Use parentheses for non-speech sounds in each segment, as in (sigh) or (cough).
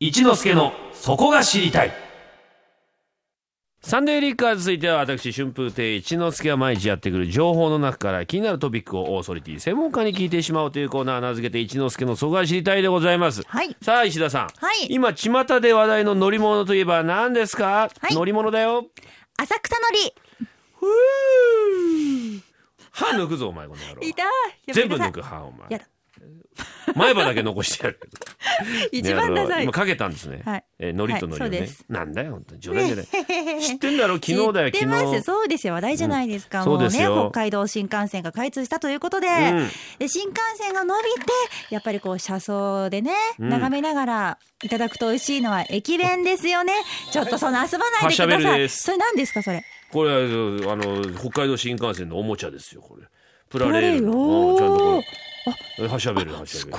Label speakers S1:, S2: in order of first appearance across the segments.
S1: 一之助のそこが知りたいサンデーリッカーズ続いては私春風亭一之輔が毎日やってくる情報の中から気になるトピックをオーソリティ専門家に聞いてしまおうというコーナー名付けて一之輔のそこが知りたいでございます、
S2: はい
S1: さあ石田さん、
S2: はい
S1: 今巷で話題の乗り物といえば何ですか、
S2: はい
S1: 乗り物だ
S2: (laughs)
S1: よ
S2: 浅草乗
S1: ふぅ歯抜くぞお前この野郎
S2: り。痛い。やめ
S1: 全部
S2: な
S1: 抜
S2: さい
S1: く歯お前
S2: やだ。
S1: 前歯だけ残してやる
S2: 一番
S1: ね
S2: ダ
S1: あ
S2: サ
S1: の
S2: い
S1: 今。かけたんですね、
S2: はい
S1: えー、のりとのりをね、
S2: はいそうです
S1: なんだよ本当に冗談じゃない
S2: (laughs)
S1: 知っ
S2: 昨
S1: てんだろ昨日だよ
S2: 知って
S1: 昨
S2: ます
S1: 日
S2: そうですよ話題じゃないですか、
S1: うん
S2: もう
S1: そ
S2: ね
S1: うですよ
S2: 北海道新幹線が開通したということで,、
S1: うん
S2: で新幹線が伸びてやっぱりこう車窓でね、
S1: うん
S2: 眺めながらいただくと美味しいのは駅弁ですよねちょっとその遊ばないでく
S1: は
S2: だ
S1: しゃべ
S2: さ
S1: るで
S2: い
S1: す
S2: それ何ですかそれ
S1: これはあの北海道新幹線のおもちゃですよこれプラレール
S2: プラレール
S1: のうんちゃんと
S2: お
S1: こ
S2: ー
S1: れはしゃべるはしゃべる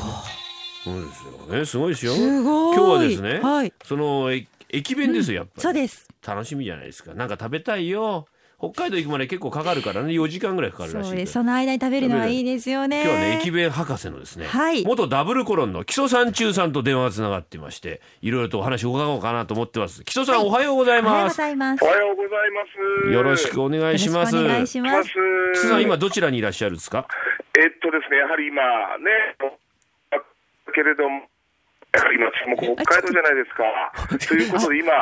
S1: そうですよねすごいですよ
S2: すごい
S1: 今日はですね
S2: はい
S1: そのえ駅弁ですよやっぱり、
S2: そうです
S1: 楽しみじゃないですかなんか食べたいよ北海道行くまで結構かかるからね4時間ぐらいかかる
S2: そ
S1: らし
S2: う
S1: いけ
S2: です
S1: ど
S2: その間に食べるのはいいですよね
S1: 今日はね駅弁博士のですね、
S2: はい
S1: 元ダブルコロンの木曽さん中さんと電話がつながっていましていろいろとお話を伺おうかなと思ってます木曽さん、おはようござい
S2: おはよう
S1: ま
S2: ご
S1: す
S2: ざいます
S3: おはようございます。
S1: よろしくお願いします
S2: よろくお願い
S1: 木
S2: し
S3: お
S2: ま
S3: 願い
S2: す
S3: します。
S1: 曽さん今どちらにいらっしゃるんですか
S3: えっとですね、やはり今ね、けれども、やはり今、もう北海道じゃないですか。ということで今、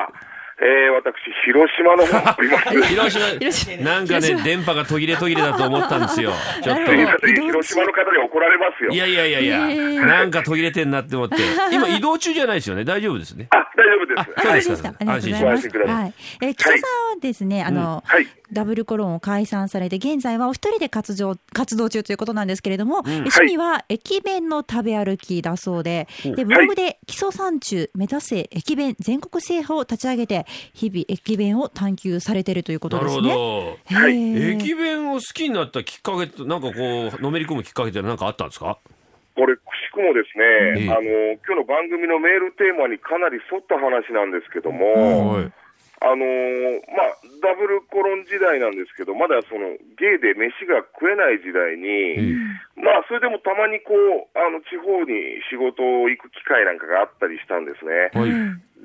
S3: えー、私、広島の方にいます。
S1: 広島
S2: 広島
S1: なんかね電波が途切れ途切れだと思ったん
S2: (laughs)
S1: ですよちょっ
S3: (laughs)
S2: な
S1: と
S2: る
S3: すい
S2: ほ
S3: ま
S2: ど
S3: せん、広島の方に怒られますよ
S1: い。やいやいやいや、
S2: えー
S1: なんか途切れてんなって思って今移動中じゃないです
S2: (laughs)
S1: よね大丈夫ですね
S3: あ、大丈夫で
S1: あ
S3: す。
S1: そう
S3: は
S1: で
S3: い
S1: す。
S2: そうですか。ありがとうございます。
S3: 安心してください
S2: はい。えー、木曽さんはですね、あの、
S3: はい。
S2: ダブルコロンを解散されて、現在はお一人で活動、活動中ということなんですけれども、え趣味は駅弁の食べ歩きだそうで、で、ブログで基礎山中目指せ駅弁全国制覇を立ち上げて、日々駅弁を探求されているということ
S1: な
S2: で
S1: る
S2: す
S1: ほ
S2: ね。
S1: ど
S3: はい
S2: へー
S1: 駅弁を好きになったきっかけとなんかこうのめり込むきっかけって何かあったんですか
S3: これ、くしくもです
S1: ええ
S3: ね、あの、今日の番組のメールテーマにかなり沿った話なんですけども、
S1: はい
S3: あのーまあ、ダブルコロン時代なんですけど、まだそのゲイで飯が食えない時代に、まあ、それでもたまにこうあの地方に仕事を行く機会なんかがあったりしたんですね。
S1: はい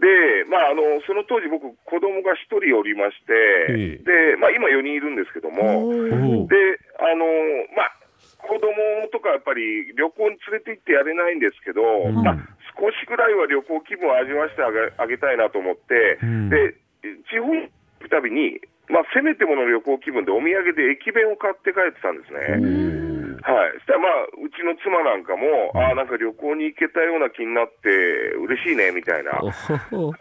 S3: で、まあ、あのその当時、僕、子供が1人おりまして、
S1: え
S3: でまあ、今、4人いるんですけども、
S2: お
S1: お
S2: ー
S1: ー
S3: であのーまあ、子供とかやっぱり旅行に連れて行ってやれないんですけど、
S1: ん
S3: まあ、少しぐらいは旅行気分を味わしてあげあげたいなと思って、
S1: うん
S3: で地方に行くたびに、まあ、せめてもの旅行気分でお土産で駅弁を買って帰ってたんですね。はい、そしたらまあうちの妻なんかも、ああ、なんか旅行に行けたような気になって、嬉しいねみたいな
S1: おほほ
S3: こ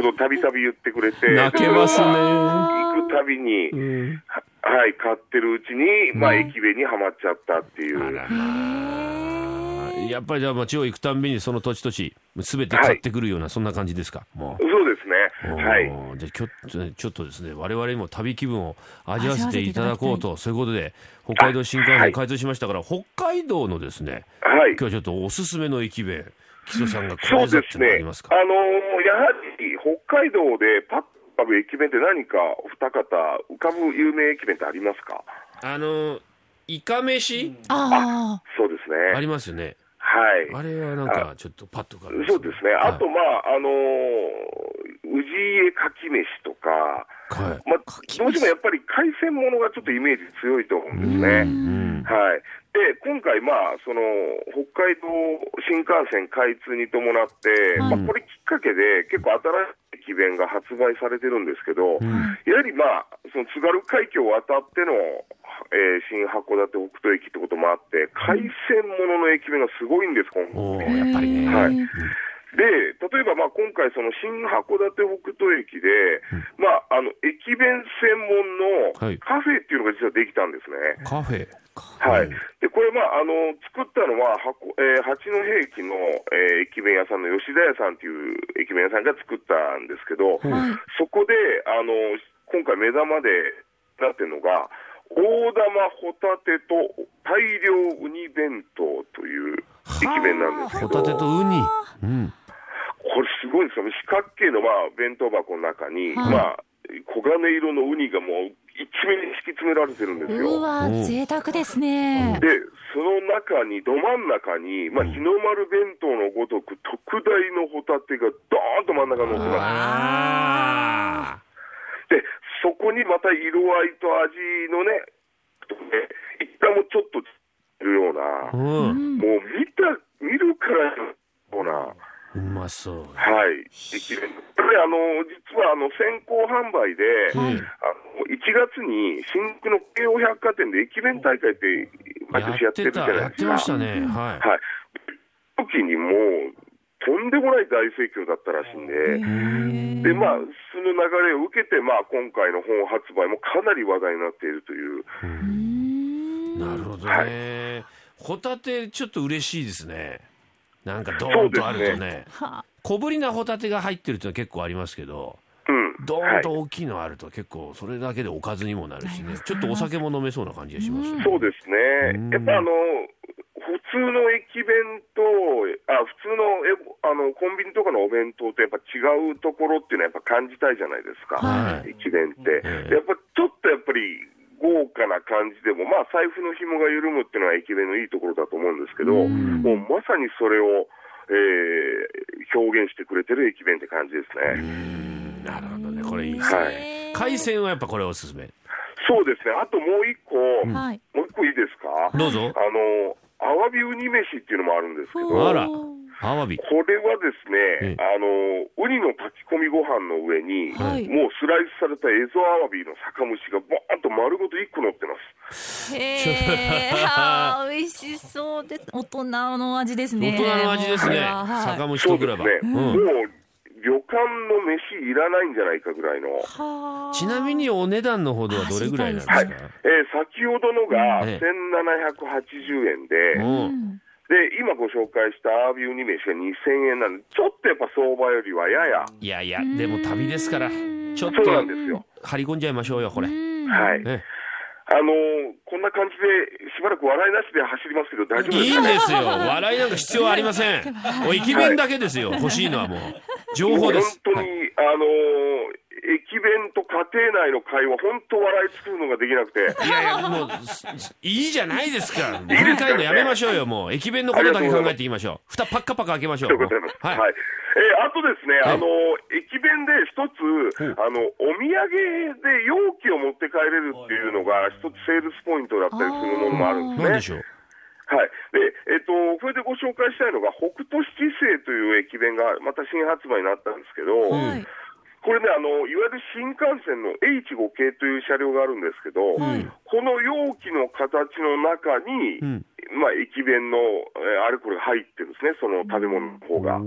S3: とをたびたび言ってくれて、
S1: 泣けますね
S3: 行くたびに、
S1: うん
S3: ははい、買ってるうちに、まあ、
S2: うん
S3: 駅弁にはまっちゃったっていう、
S1: あらまあやっぱりじゃあまあ地方行くたんびにその土地土地全て買ってくるようなそんな感じですかもう
S3: そうです
S1: お
S3: ね、
S1: ー
S3: はい、
S1: じゃあきょちょっとですね我々にも旅気分を味わわせていただこうとそういうことで北海道新幹
S3: は
S1: 線
S3: い
S1: 開通しましたから、北海道のですね
S3: はい
S1: 今日、はちょっとおすすめの駅弁木曽さんがこ
S3: そ
S1: れだ
S3: う
S1: っ
S3: で
S1: て
S3: す
S1: のあ
S3: ね、
S1: りますか
S3: あのーやはり北海道でパッと浮かぶ駅弁って、何かお二方、浮かぶ有名駅弁ってありますか
S1: あのイカ飯
S2: あ
S3: そうです
S1: あ
S3: ね、
S1: りますよね
S3: はい、
S1: あれはなんかちょっとパッと浮かびます
S3: そうですね、
S1: はい
S3: あと、まああのー、氏家かき飯とか、
S1: はい
S3: まあ、
S2: かき飯
S3: どうしてもやっぱり海鮮ものがちょっとイメージ強いと思うんです
S1: う
S3: ね。
S1: ん
S3: はい、で今回、まあその、北海道新幹線開通に伴って、
S2: はい
S3: まあ、これきっかけで、結構新しい駅弁が発売されてるんですけど、
S1: うん
S3: やはり、まあ、その津軽海峡を渡っての、えー新函館北斗駅ってこともあって、海鮮ものの駅弁がすごいんです、今回。
S1: おお
S2: あ
S1: やっぱりね、
S3: はい
S2: うん
S3: で、例えばまあ今回、その新函館北斗駅で、まあ、あの駅弁専門の
S1: はい
S3: カフェっていうのが実はできたんですね。
S1: カフェ
S3: はい、でこれ、まああの、作ったのは、箱えー八戸駅の、えー駅弁屋さんの吉田屋さんっていう駅弁屋さんが作ったんですけど、
S2: はい
S3: そこであの今回、目玉でなってるのが、大玉ホタテと大量ウニ弁当という駅弁なんですけ
S1: ホ
S3: ど。
S1: タテとウニ、うん、
S3: これすごいんですよ、四角形のまあ弁当箱の中
S2: はい
S3: に、まあ、黄金色のウニがもう一面に敷き詰められてるんです
S2: う
S3: よ。
S2: わ、
S1: うん
S2: 贅沢ですね。
S3: で、その中に、ど真ん中に、まあ、日の丸弁当のごとく、特大のホタテがドーンと真ん中に乗ってます。
S1: あ
S3: で、そこにまた色合いと味のね、ね一旦もちょっといるような
S1: ー、う
S2: うんん、
S3: もう見た、見るからにような、
S1: うまそう
S3: はい、駅弁。これ、あの、実は、あの、先行販売で、
S2: はい
S3: あの1月に新宿の京王百貨店で駅弁大会って毎年
S1: や
S3: やっ
S1: ってて
S3: るじゃ
S1: た
S3: な
S1: や
S3: い
S1: っ
S3: です
S1: て
S3: か。
S1: ましたねは
S3: はい。時にもう、とんでもない大盛況だったらしいん
S2: へ
S3: で、
S2: ー
S3: で、まあ、その流れを受けて、まあ、今回の本発売もかなり話題になっているという、
S2: うーん
S1: いなるほど
S3: は
S1: ねホタテちょっと嬉しいですねなんかド
S3: そ
S1: ー
S3: う
S1: ン
S3: ですね
S1: とあるとね
S2: は
S1: 小ぶりなホタテが入ってるってのは結構ありますけど
S3: うん。
S1: ド
S3: は
S1: ーン
S3: い
S1: と大きいのあると結構それだけでおかずにもなるし
S2: なりま
S1: ね
S2: すね
S1: ちょっとお酒も飲めそうな感じがしますよね
S3: そうです
S1: うん
S3: ね、やっぱあの普通の駅弁と、あ普通のえあのコンビニとかのお弁当とやっぱ違うところっていうのはやっぱ感じたいじゃないですか、
S1: はい
S3: 駅弁って
S1: え。え
S3: でやっぱちょっとやっぱり豪華な感じでも、まあ、財布の紐が緩むっていうのは駅弁のいいところだと思うんですけど、
S1: うん
S3: もうまさにそれを、えー表現してくれてる駅弁って感じですね。
S1: うんなるほどねこれいいですね
S3: はい
S2: い
S1: 海。鮮はやっぱこれおすすめ
S3: そうですね、あともう一個、
S2: はい。
S3: もう一個いいですか
S1: どうぞ
S3: あの、アワビウニ飯っていうのもあるんですけど、
S1: あら
S2: ほ
S1: アワビ
S3: これはです
S1: ええ
S3: ね、あの、ウニの炊き込みご飯の上に、
S2: うはい。
S3: もうスライスされたエゾアワビの酒蒸しがボーンと丸ごと1個乗ってます。
S2: へーあー美味しそうです。大人の味です
S1: 大
S2: ね。
S1: 人の味です
S2: もう
S1: ね
S2: これははい
S1: 酒蒸し
S3: そ
S1: と
S3: う
S1: く
S3: で
S1: れ
S3: す
S1: ば
S3: ね、
S1: うん
S3: もう旅館の飯いらないんじゃないかぐらいの。
S2: はー
S1: ちなみにお値段のほどはどれぐらいなんです
S3: は
S1: か
S3: い。えー先ほどのが
S1: ええ
S3: 1780円
S1: う
S3: で、
S1: ん。
S3: で、今ご紹介したアワビウニ飯が2000円なんで、ちょっとやっぱ相場よりはやや、
S1: いやいやでも旅ですから
S2: うん
S1: ちょっ
S3: そうなんで
S1: と
S3: すよ。
S1: 張り込んじゃいましょうよこれ。
S2: うん
S3: はい。
S1: ね
S3: あのーこんな感じで、しばらく笑いなしで走りますけど、大丈夫
S1: い
S3: で
S1: い
S3: すか
S1: ん
S3: ね
S1: ですよ笑いなんか必要ありませ
S2: (laughs)
S1: ん。お駅弁だけですよ欲しいのはもう情報です。
S3: もう本当
S1: は
S3: に
S1: い、
S3: あのー駅弁と家庭内の会話、本当笑いつくのができな
S1: (laughs)
S3: くて、
S1: いやいやもうすすいいじゃないですか。振り返るのやめましょうよもう駅弁のことだけ考えていきましょう。蓋パッカパカ開けましょう。
S3: ということでございます。
S1: はい
S3: はい。えーあとですね、
S1: はい
S3: あのー駅弁で一つ、あの、お土産で容器を持って帰れるっていうのが、一つセールスポイントだったりするものもある
S1: なん
S3: ん
S1: で
S3: ですね。
S1: しょう。
S3: はい。で、えっ、と、これでご紹介したいのが、北斗七星という駅弁が、また新発売になったんですけど、
S2: はい。
S3: これねあの、いわゆる新幹線の H5 系という車両があるんですけど、
S1: ん
S3: この容器の形の中に、
S1: うん
S3: まあ、駅弁のえーあれこれ入ってるんですね、その食べ物の方が。は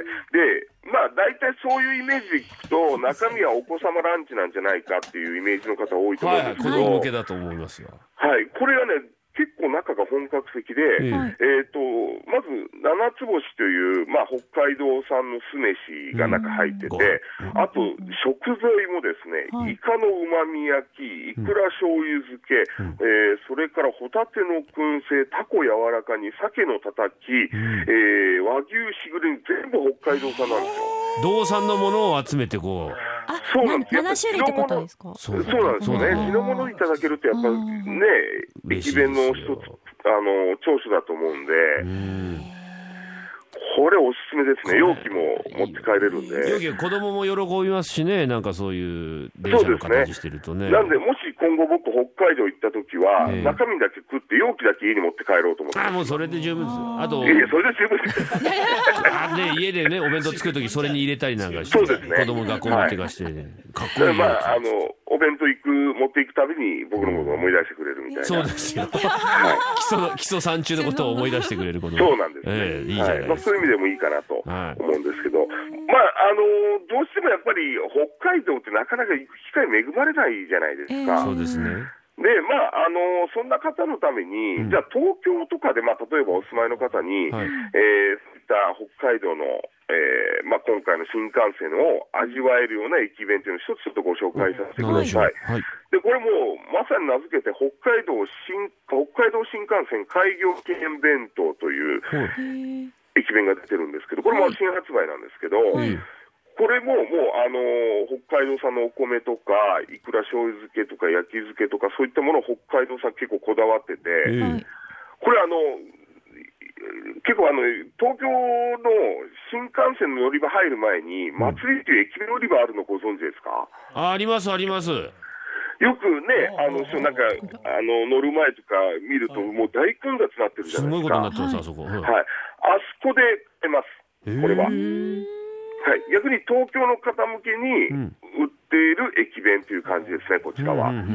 S3: い、で、まあ、大体そういうイメージで聞くと、中身はお子様ランチなんじゃないかっていうイメージの方、多いと思
S1: は
S3: う
S1: い
S3: ん
S1: は
S3: で
S1: い
S3: す
S1: 子
S3: けど、
S1: 供向けだと思いますよ。
S3: はい、これがね、結構中が本格的で、
S1: ええ
S2: はい
S3: えー、とまず、七つ星という、まあ、北海道産の酢飯が中入ってて、
S1: うん
S3: あと食材もですね、
S2: はい
S3: イカのうまみ焼き、イクラ醤油漬け、えーそれからホタテの燻製、タコ柔らかに、鮭のたたき、えー和牛しぐれに全部北海道産なんですよ。
S1: 道産のものを集めてこ
S2: あ、
S3: そうな
S2: なん
S3: ですよ
S2: 七種類ってことですか
S1: う。。
S3: そうなんですよ
S1: だ
S3: ね、地のものいただけると、やっぱ
S2: あ
S3: ね
S2: ー、
S1: 嬉し
S3: 駅
S1: いですよ
S3: 弁の一つ、あの長所だと思うんで、
S1: うん。
S3: これ、おすすめですね、容器も持って帰れるんで
S1: よ。く子供も喜びますしね、なんかそういう電車の形してるとね。
S3: なんで、もし今後僕、北海道行った時は、
S1: ええ
S3: 中身だけ食って、容器だけ家に持って帰ろうと思って
S1: あ
S3: ます。
S1: もうそれで十分ですよ。あと、
S3: いやいや、それで十分です。
S1: あね、家でね、お弁当作るときそれに入れたりなんかして、
S3: そうですね
S1: 子供学校持ってかして、か (laughs) っこいいよ、
S3: まあ、あの、お弁当行く、持っていくたびに、僕のことを思い出してくれるみたいな。
S1: そう
S3: そ
S1: ですよ。基礎の、基礎三中のことを思い出してくれる子供。
S3: うなんですね。
S1: ええいいじゃない
S3: は
S1: ですか
S3: まあ、そういう意味でもいいかなと
S1: はい
S3: 思うんですけど、まあ、あのどうしてもやっぱり、北海道ってなかなか行く機会恵まれないじゃないですか。
S2: ええ
S1: そうですね。
S3: で、まあ、あのそんな方のために、
S1: うん
S3: じゃあ東京とかで、まあ、例えばお住まいの方に、
S1: はい
S3: えーそういった北海道の、えーまあ、今回の新幹線を味わえるような駅弁というのを一つちょっとご紹介させてく
S1: なん
S3: だ
S1: でしょう。
S3: さ
S1: はい
S3: い。。で、これもうまさに名付けて北海道新、北海道新幹線開業記念弁当という
S1: ほう
S2: へー
S3: 駅弁が出てるんですけど、これも新発売なんですけど、
S1: うん
S3: ここれももう、あのー北海道産のお米とか、いくら醤油漬けとか焼き漬けとか、そういったものを北海道産結構こだわってて、
S1: え
S2: はい
S3: これあの、結構あの、東京の新幹線の乗り場入る前に、祭りっていう駅弁乗り場あるのご存知ですか、
S1: あありますあります
S3: よくね、あの、そうなんか、あの、乗る前とか見ると、もう大混雑になってるじゃ
S1: す
S3: な
S1: ご
S3: い
S1: い
S3: です
S1: ことになっ。
S3: か
S1: てますあそこ、はい
S3: はい。あそこで買えます。これは。はい。逆に東京の方向けに
S1: ん
S3: 売っている駅弁という感じですね、こちらは。
S1: うんうんう
S2: へ
S1: ん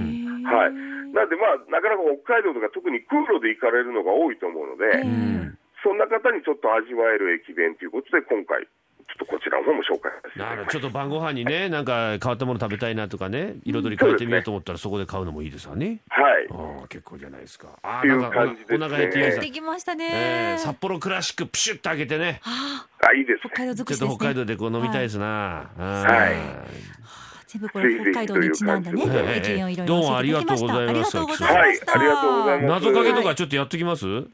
S2: ー
S3: はい。なので、まあ、なかなか北海道とか特に空路で行かれるのが多いと思うの
S2: え
S3: で、
S2: ー
S3: そんな方にちょっと味わえる駅弁ということで、今回、ちょっとこちらの方も紹介させてい
S1: な
S3: ただき
S1: る
S3: ま
S1: ち
S3: す
S1: ょっと晩ご飯にねなんか変わったもの食べたいなとかね彩り変えてみようと思ったらそこで買うのもいいですわね
S3: はい。
S1: ああ結構じゃないですかあ
S3: っ
S1: あ
S3: てい
S1: な
S3: うん
S1: か
S3: 感じです
S1: お
S3: ね
S1: 腹お腹減ってきまし
S2: や
S1: た
S2: ってきました
S1: え
S2: ね
S1: ー。札幌クラシックプシュッと開けてね
S2: あー
S3: あ、いいです
S2: 北
S3: ね。
S2: 海道尽
S1: ち
S2: く
S1: ょっ
S2: しで
S1: と
S2: すね。
S1: 北海道でこう飲みたいですな、
S3: はい
S2: あー全部これ北海道にちなんだね。
S3: ぜひぜ
S1: ひという感じで
S2: 一元をいろいろ教えていただきました。
S1: どうもありがとうござ
S3: います
S2: ありがとうございました
S3: はいありがとうございます
S1: 謎かけとかちょっとやっときます、
S3: あ、そうで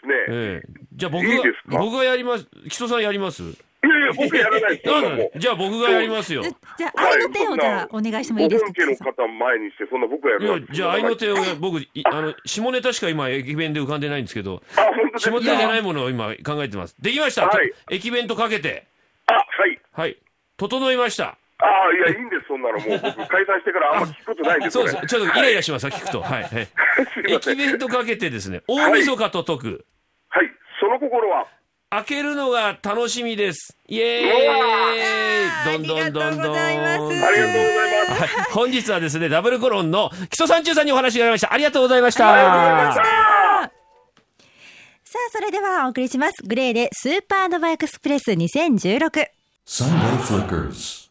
S3: すね。
S1: ええじゃあ僕
S3: いい
S1: が
S3: ですか
S1: 僕がやります木曽さんやります
S3: いやいや、僕やらないです
S1: な
S3: よ、
S1: ん
S3: もう
S1: で。じゃあ僕がやりますよい
S2: えじゃあ、
S3: はい
S2: 愛の手をじゃあお願いしてもいいですか
S3: ご。本家の方前にして、そんな僕はや
S1: や
S3: る
S1: じゃあ愛の手を僕いあの下ネタしか今駅弁で浮かんでないんですけど
S3: あ、本当です
S1: 下
S3: か
S1: ネタじゃないものを今考えてますできました、
S3: はい
S1: と駅弁とかけて
S3: あ、はい。
S1: はい整いました
S3: ああ、いや、いいんです、そんなの。もう僕、解散してからあんま聞くことないんです
S1: そう (laughs)
S3: よ、
S1: ですちょっとイライラします、聞くとはい、はい、
S3: (laughs) すいませ
S1: 駅
S3: ん。
S1: 弁とかけてですね大晦日と解く、
S3: はい、その心は。
S1: 開けるのが楽しみです。イエーイ。どんどんどんどん。
S3: ありがとうございます。
S1: はい、本日はですね、ダブルコロンの基礎三中さんにお話がありました。ありがとうございました。
S2: さあ、それではお送りします。グレーでスーパーノバエクスプレス2016。
S4: Sunday Flickers.